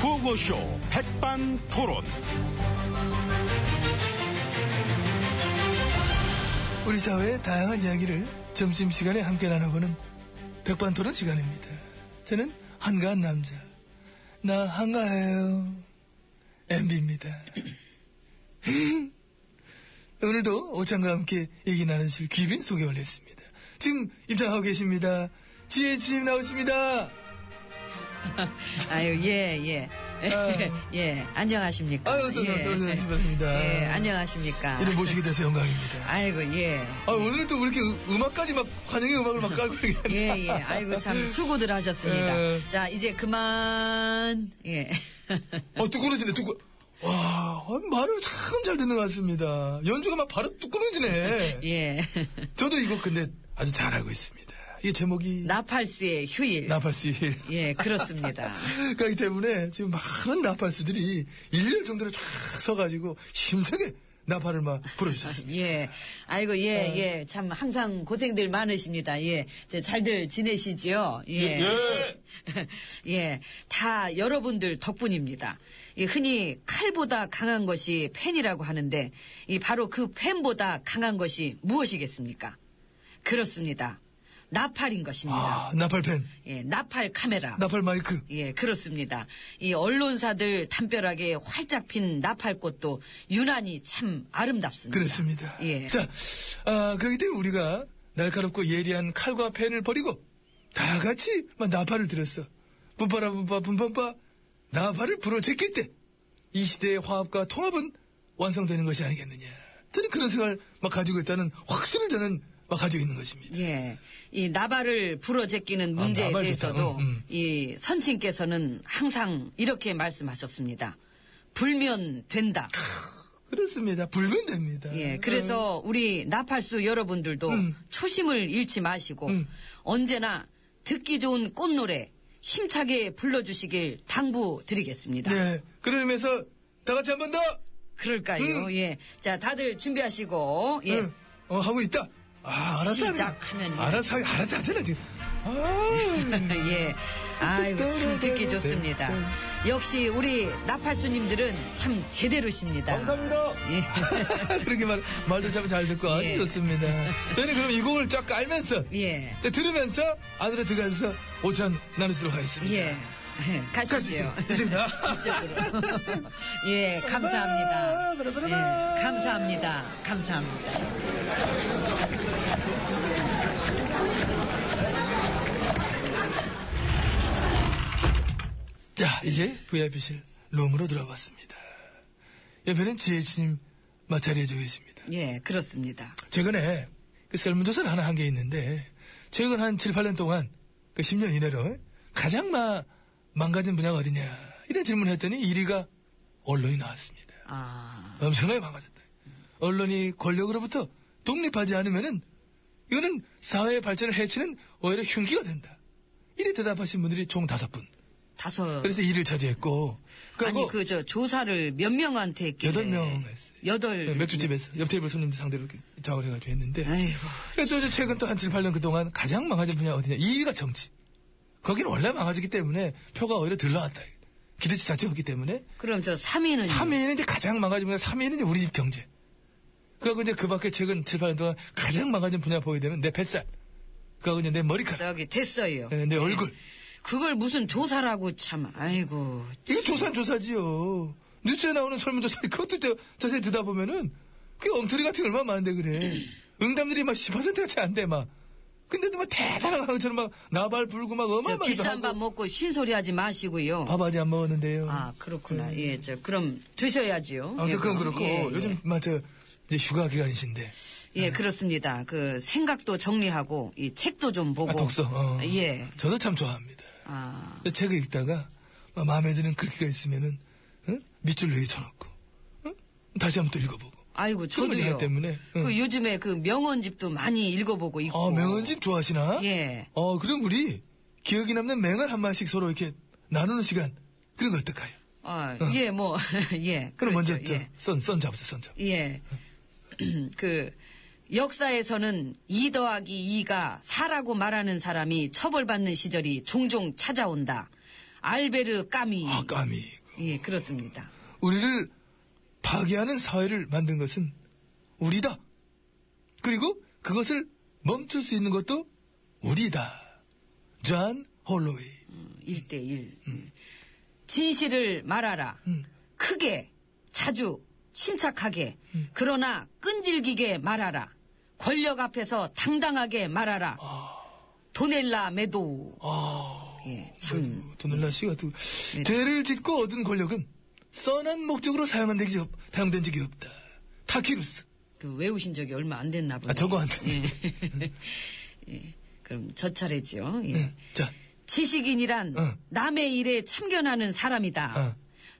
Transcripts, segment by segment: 구호쇼 백반토론. 우리 사회의 다양한 이야기를 점심시간에 함께 나눠보는 백반토론 시간입니다. 저는 한가한 남자. 나 한가해요. MB입니다. 오늘도 오찬과 함께 얘기 나누실 귀빈 소개 올렸습니다. 지금 입장하고 계십니다. 지혜진님 나오십니다. 아유, 예, 예. 아유. 예, 안녕하십니까. 아유, 어서 오세요, 예. 어서 오세요. 반갑습니다. 예, 안녕하십니까. 이를 모시게 돼서 영광입니다. 아이고, 예. 아, 오늘은 또 왜 이렇게 음- 음악까지 막 환영의 음악을 막 깔고 예, 얘기하네. 예. 아이고, 참, 수고들 하셨습니다. 예. 자, 이제 그만, 예. 어, 뚜꾸러지네, 뚜꾸. 와, 아, 말을 참 잘 듣는 것 같습니다. 연주가 막 바로 뚜꾸러지네. 예. 저도 이거 근데 아주 잘 알고 있습니다. 이게 제목이 나팔스의 휴일. 나팔수 예, 그렇습니다. 그렇기 때문에 지금 많은 나팔수들이 1년 정도로 쫙 서가지고 힘차게 나팔을 막 불어주셨습니다. 예. 아이고, 예, 네. 예. 참, 항상 고생들 많으십니다. 예. 이제 잘들 지내시지요? 예. 예, 다 여러분들 덕분입니다. 이 흔히 칼보다 강한 것이 펜이라고 하는데, 이 바로 그 펜보다 강한 것이 무엇이겠습니까? 그렇습니다. 나팔인 것입니다. 아, 나팔펜, 예, 나팔 카메라. 나팔 마이크. 예, 그렇습니다. 이 언론사들 담벼락에 활짝 핀 나팔꽃도 유난히 참 아름답습니다. 그렇습니다. 예. 자, 아, 그렇기 때문에 우리가 날카롭고 예리한 칼과 펜을 버리고 다 같이 막 나팔을 들었어. 뿜빠라 뿜빠 뿜뿜빠 나팔을 불어 제낄 때 이 시대의 화합과 통합은 완성되는 것이 아니겠느냐. 저는 그런 생각을 막 가지고 있다는 확신을 저는 막 가지고 있는 것입니다. 예. 이 나발을 불어제끼는 아, 문제에 나발 좋다. 대해서도 음, 음. 이 선친께서는 항상 이렇게 말씀하셨습니다. 불면 된다. 그렇습니다. 불면 됩니다. 예. 그래서 우리 나팔수 여러분들도 음. 초심을 잃지 마시고 언제나 듣기 좋은 꽃노래 힘차게 불러주시길 당부드리겠습니다. 네. 그런 의미에서 다 같이 한 번 더! 그럴까요? 음. 예. 자, 다들 준비하시고 예. 응. 어, 하고 있다. 아, 알았어. 시작하면요. 알았어, 알았어 하잖아, 지금. 아. 예. 아이고, 참 듣기 좋습니다. 역시 우리 나팔수님들은 참 제대로십니다. 감사합니다. 예. 그렇게 말, 말도 참 잘 듣고 아주 예. 좋습니다. 저희는 그럼 이 곡을 쫙 깔면서, 예. 자, 들으면서 안으로 들어가서 오찬 나누시도록 하겠습니다. 예. 가시죠. 가시죠. 이제입니다. 이쪽으로. 예, 감사합니다. 예, 감사합니다. 감사합니다. 자, 이제 VIP실 룸으로 들어봤습니다. 옆에는 지혜진님 마찰이해주고 계십니다. 예, 그렇습니다. 최근에 그 설문조사를 하나 한 게 있는데, 최근 한 7, 8년 동안, 그 10년 이내로 가장 마, 망가진 분야가 어디냐, 이런 질문을 했더니 1위가 언론이 나왔습니다. 아, 엄청나게 망가졌다. 언론이 권력으로부터 독립하지 않으면은 이거는 사회의 발전을 해치는 오히려 흉기가 된다. 이래 대답하신 분들이 총 다섯 분. 다섯. 그래서 일을 차지했고. 아니, 그, 저, 조사를 몇 명한테 했길래. 여덟 명 했어요. 여덟. 네, 맥주집에서 옆 테이블 손님들 상대로 이렇게 작업을 해가지고 했는데. 아이고. 그래서 또 이제 최근 또 한 7, 8년 그동안 가장 망가진 분야 어디냐. 2위가 정치. 거기는 원래 망가지기 때문에 표가 오히려 덜 나왔다. 기대치 자체가 없기 때문에 그럼 저 3위는. 3위는 이제 가장 망가진 분야, 3위는 이제 우리 집 경제. 그리고 이제 그 밖에 최근 7, 8년 동안 가장 망가진 분야 보게 되면 내 뱃살. 그리고 이제 내 머리카락. 저기, 됐어요. 예, 내 얼굴. 그걸 무슨 조사라고 참 아이고 이거 조사는 조사지요. 뉴스에 나오는 설문조사, 그것도 저, 자세히 듣다 보면은, 그게 엉터리 같은 게 얼마나 많은데, 그래. 응답률이 막 10%가 채 안 돼, 막. 근데도 막 대단한 것처럼 막 나발 불고 막 저 어마어마하게. 비싼 밥 먹고 쉰소리 하지 마시고요 밥 아직 안 먹었는데요. 아 그렇구나 예 저 그럼 드셔야지요 아무튼 네, 예, 그건 그럼. 그렇고, 예, 예. 요즘 막 저, 이제 휴가 기간이신데. 예 그렇습니다 그 생각도 정리하고 이 책도 좀 보고 아, 독서. 어. 뭐, 예아 저도 참 좋아합니다. 그 책을 읽다가 막 마음에 드는 글귀가 있으면은 응? 밑줄 여기 쳐놓고 응? 다시 한번 또 읽어보고 아이고 충분히 저도요 시간 때문에, 응. 그 요즘에 그 명언집도 많이 읽어보고 있고 아 맹언집 좋아하시나? 예. 어 그럼 우리 기억이 남는 맹언 한 마씩 서로 이렇게 나누는 시간 그런 거 어떨까요? 예, 아예뭐예 그럼 먼저 저 예. 선, 선 잡으세요 선 잡. 예. 그 역사에서는 2 더하기 2가 4라고 말하는 사람이 처벌받는 시절이 종종 찾아온다. 알베르 까미. 아 까미. 그 예, 그렇습니다. 우리를 파괴하는 사회를 만든 것은 우리다. 그리고 그것을 멈출 수 있는 것도 우리다. 존 홀로웨이. 일대일 진실을 말하라. 음. 크게, 자주, 침착하게, 음. 그러나 끈질기게 말하라. 권력 앞에서 당당하게 말하라. 아. 도넬라 메도우. 예, 네, 참. 네. 도널라 씨가 또 죄를 짓고 얻은 권력은 선한 목적으로 사용한 적이 없, 사용된 적이 없다. 타키루스. 그 외우신 적이 얼마 안 됐나 보네. 아, 저거 안 됐네. 예. 예, 그럼 저 차례지요. 예. 예. 자, 지식인이란 어. 남의 일에 참견하는 사람이다. 어.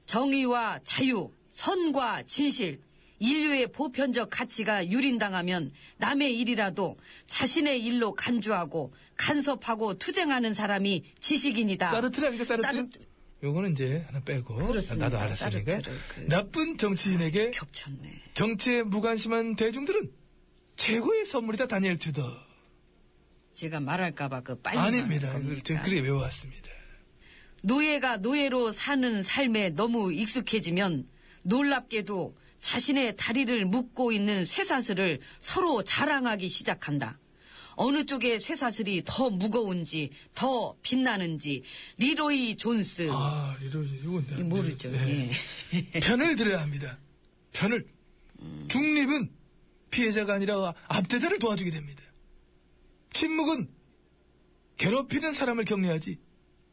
정의와 자유, 선과 진실, 인류의 보편적 가치가 유린당하면 남의 일이라도 자신의 일로 간주하고 간섭하고 투쟁하는 사람이 지식인이다. 사르트르 아닙니까, 사르트르? 사르트- 요거는 이제 하나 빼고. 아, 그렇습니다. 나도 알았으니까. 사르트르 그- 나쁜 정치인에게 겹쳤네. 정치에 무관심한 대중들은 최고의 선물이다, 다니엘 튜더. 제가 말할까봐 그 빨리. 아닙니다. 말할 겁니까? 지금 그래 외워왔습니다. 노예가 노예로 사는 삶에 너무 익숙해지면 놀랍게도 자신의 다리를 묶고 있는 쇠사슬을 서로 자랑하기 시작한다. 어느 쪽의 쇠사슬이 더 무거운지, 더 빛나는지, 리로이 존스. 아, 이러, 이건 나- 네. 모르죠. 네. 예. 편을 들어야 합니다. 편을. 중립은 피해자가 아니라 앞대자를 도와주게 됩니다. 침묵은 괴롭히는 사람을 격려하지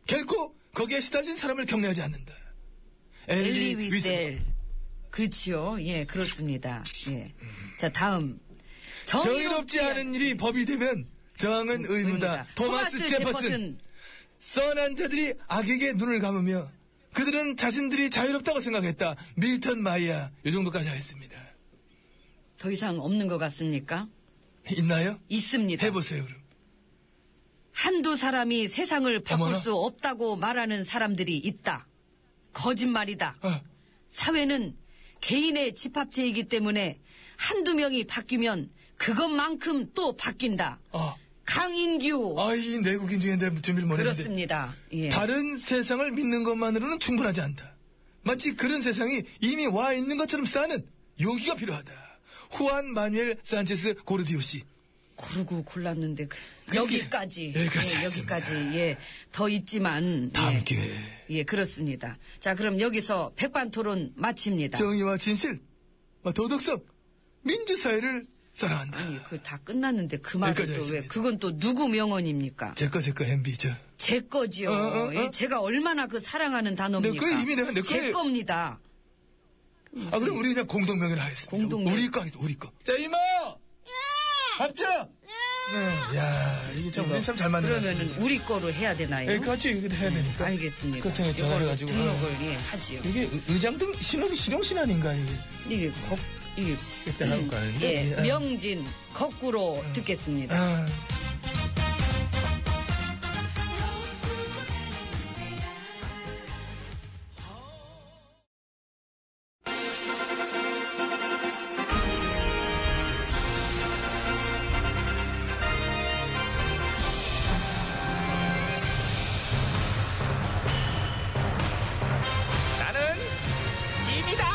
결코 거기에 시달린 사람을 격려하지 않는다. 엘리 네. 윌슨. 위셀. 그렇지요. 예, 그렇습니다. 예. 자, 다음. 정의롭지 않은 일이 법이 되면 저항은 의무다. 토마스, 제퍼슨. 선한 자들이 악에게 눈을 감으며 그들은 자신들이 자유롭다고 생각했다. 밀턴 마이야. 이 정도까지 하겠습니다. 더 이상 없는 것 같습니까? 있나요? 있습니다. 해보세요, 그럼. 한두 사람이 세상을 바꿀 어머나. 수 없다고 말하는 사람들이 있다. 거짓말이다. 아, 사회는 개인의 집합체이기 때문에 한두 명이 바뀌면 그것만큼 또 바뀐다. 아, 강인규. 아, 이 내국인 중에 내 준비를 못했는데. 그렇습니다. 예. 네, 다른 세상을 믿는 것만으로는 충분하지 않다. 마치 그런 세상이 이미 와 있는 것처럼 싸는 용기가 필요하다. 후안 마뉴엘 산체스 고르디오 씨. 고르고 골랐는데 그- 그렇게- 여기까지. 여기까지 예, 하겠습니다. 여기까지. 예. 더 있지만 다음 예. 기회에. 예, 그렇습니다. 자, 그럼 여기서 백반토론 마칩니다. 정의와 진실, 뭐 도덕성, 민주사회를 사랑한다. 아니, 그 다 끝났는데 그 말을 여기까지 또 왜? 하겠습니다. 그건 또 누구 명언입니까? 제 거, 제 거, MB, 저. 제 거지요. 어, 어, 어? 예, 제가 얼마나 그 사랑하는 단어입니까? 내 거예요, 이미 내가 내 제 거예요. 겁니다. 아, 그럼 우리 그냥 공동명예를 하겠습니다. 공동명예. 우리 거 하겠습니다, 우리 거. 자, 이모! 합쳐! 네. 야, 이게 참, 우리 참잘 맞는 것 그러면은 같습니다. 우리 거로 해야 되나요? 예, 같이 이거 해야 되니까. 네, 알겠습니다. 그렇죠, 그렇죠. 이걸로 그래가지고, 등록을 예, 하지요. 이게 의- 의장 등 신호기 실용신 아닌가, 이게. 이게 거, 이게 그때 나올 거 아닌데? 예, 예, 아. 명진 거꾸로 듣겠습니다. 아. 나는 짐이다.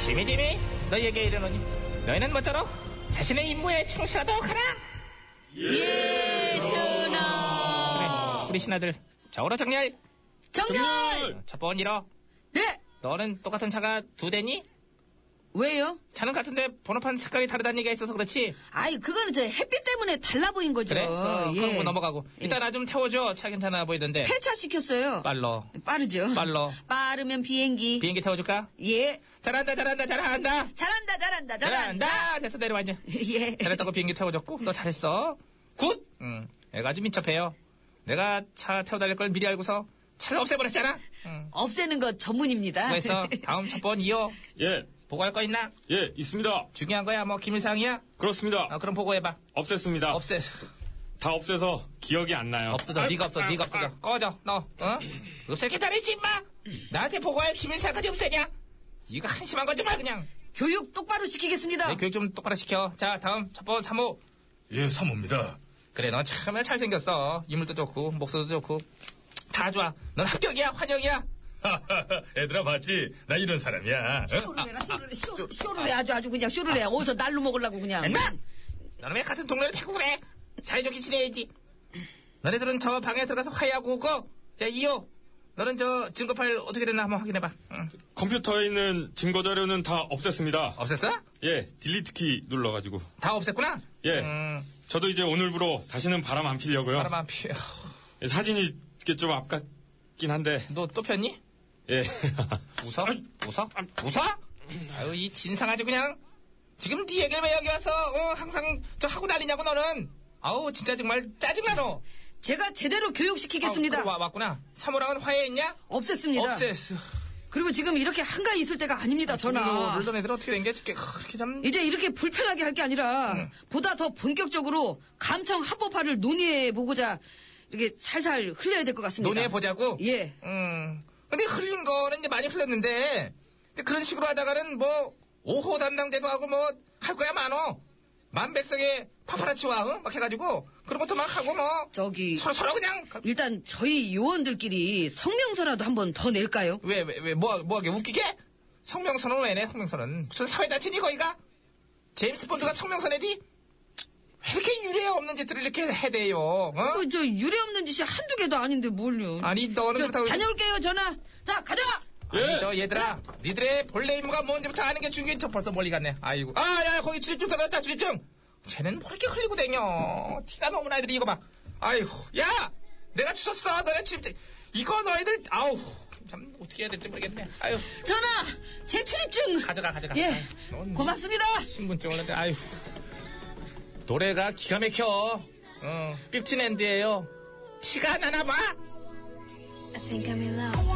지미 지미 너희에게 이르노니 너희는 모쪼록 자신의 임무에 충실하도록 하라 예, 전하. 그래 우리 신하들 좌우로 정렬 정렬. 첫 번째로 네. 너는 똑같은 차가 두 대니? 왜요? 차는 같은데 번호판 색깔이 다르다는 얘기가 있어서 그렇지 아이, 그거는 저 햇빛 때문에 달라 보인 거죠. 그래? 어, 그럼 뭐 넘어가고 예. 이따 나 좀 태워줘 차 괜찮아 보이던데 폐차 시켰어요. 빨로 빠르죠. 빨로. 빠르면 비행기. 비행기 태워줄까? 예. 잘한다 잘한다 잘한다 잘한다, 잘한다, 잘한다. 됐어 내려와 이제 예. 잘했다고 비행기 태워줬고 너 잘했어 굿 응. 애가 아주 민첩해요 내가 차 태워달릴 걸 미리 알고서 차를 없애버렸잖아 응. 없애는 것 전문입니다. 수고했어. 다음 첫 번 이어 예, 보고할 거 있나? 예, 있습니다. 중요한 거야 뭐 기밀사항이야? 그렇습니다. 어, 그럼 보고해봐. 없앴습니다. 없애 다 없애서 기억이 안 나요. 없어져. 네가 없어. 네가 없어져. 꺼져. 너 어? 없앨 기다리지 마. 나한테 보고할 기밀사항까지 없애냐? 이거 한심한 거지만 그냥. 교육 똑바로 시키겠습니다. 내 네, 교육 좀 똑바로 시켜. 자, 다음 첫 번 3호. 예, 사모입니다. 그래, 넌 참나 잘생겼어. 인물도 좋고, 목소리도 좋고. 다 좋아. 넌 합격이야, 환영이야. 애들아 봤지? 나 이런 사람이야. 어? 쇼를 아, 해라, 쇼를 해, 쇼, 쇼를 해, 아주, 아주 그냥 쇼를 해. 어디서 날로 먹으려고 그냥. 맨날! 너는 왜 같은 동네를 패고 그래? 사이좋게 지내야지. 너네들은 저 방에 들어가서 화해하고 오고. 야, 이호. 너는 저 증거 파일 어떻게 됐나 한번 확인해봐. 응. 컴퓨터에 있는 증거 자료는 다 없앴습니다. 없앴어? 예, 딜리트 키 눌러가지고. 다 없앴구나? 예. 음, 저도 이제 오늘부로 다시는 바람 안 피려고요. 바람만 피. 어, 휴, 예, 사진이 이게 좀 아깝긴 한데. 너또 폈니? 예. 웃어? 웃어? 웃어? 아유, 이 진상 아주 그냥. 지금 네 얘기를 왜 여기 와서, 어, 항상 저 하고 난리냐고, 너는. 아우, 진짜 정말 짜증나, 너. 제가 제대로 교육시키겠습니다. 아우, 그래, 와, 왔구나. 사모랑은 화해했냐? 없앴습니다. 없앴어. 그리고 지금 이렇게 한가히 있을 때가 아닙니다, 이거 전화. 놀던 애들 어떻게 된 게 이렇게 그렇게 참. 이제 이렇게 불편하게 할 게 아니라 네. 보다 더 본격적으로 감청 합법화를 논의해 보고자 이렇게 살살 흘려야 될 것 같습니다. 논의해 보자고. 예. 음. 근데 흘린 거는 이제 많이 흘렸는데, 근데 그런 식으로 하다가는 뭐 5호 담당제도 하고 뭐 할 거야 많어. 만백성의 파파라치와 응? 막 해가지고 그런 것도 막 하고 뭐 저기 서로 서로 그냥 일단 저희 요원들끼리 성명서라도 한 번 더 낼까요? 왜 왜 왜 뭐 뭐하게 웃기게? 성명서는 왜내 성명서는 무슨 사회단체니 거기가? 제임스 본드가 성명서내디? 왜 이렇게 유례 없는 짓들을 이렇게 해대요? 어? 어, 저 유례 없는 짓이 한두 개도 아닌데 뭘요? 아니 너는 저, 그렇다고 다녀올게요 전화. 자 가자. 아니 저 얘들아 니들의 본래 임무가 뭔지부터 아는 게 중요해 저 벌써 멀리 갔네 아이고 아야 거기 출입증 떨어졌다 출입증 쟤는 뭐 이렇게 흘리고 다녀 티가 너무나 애들이 이거 봐 아이고 야 내가 주웠어 너네 출입증 이거 너희들 아우 참 어떻게 해야 될지 모르겠네 아유 전화 제 출입증. 가져가 가져가 예. 아유, 넌 뭐. 고맙습니다. 신분증 올렸대 아유 노래가 기가 막혀 어 삐틴 앤드예요 티가 나나 봐 I think I'm in love.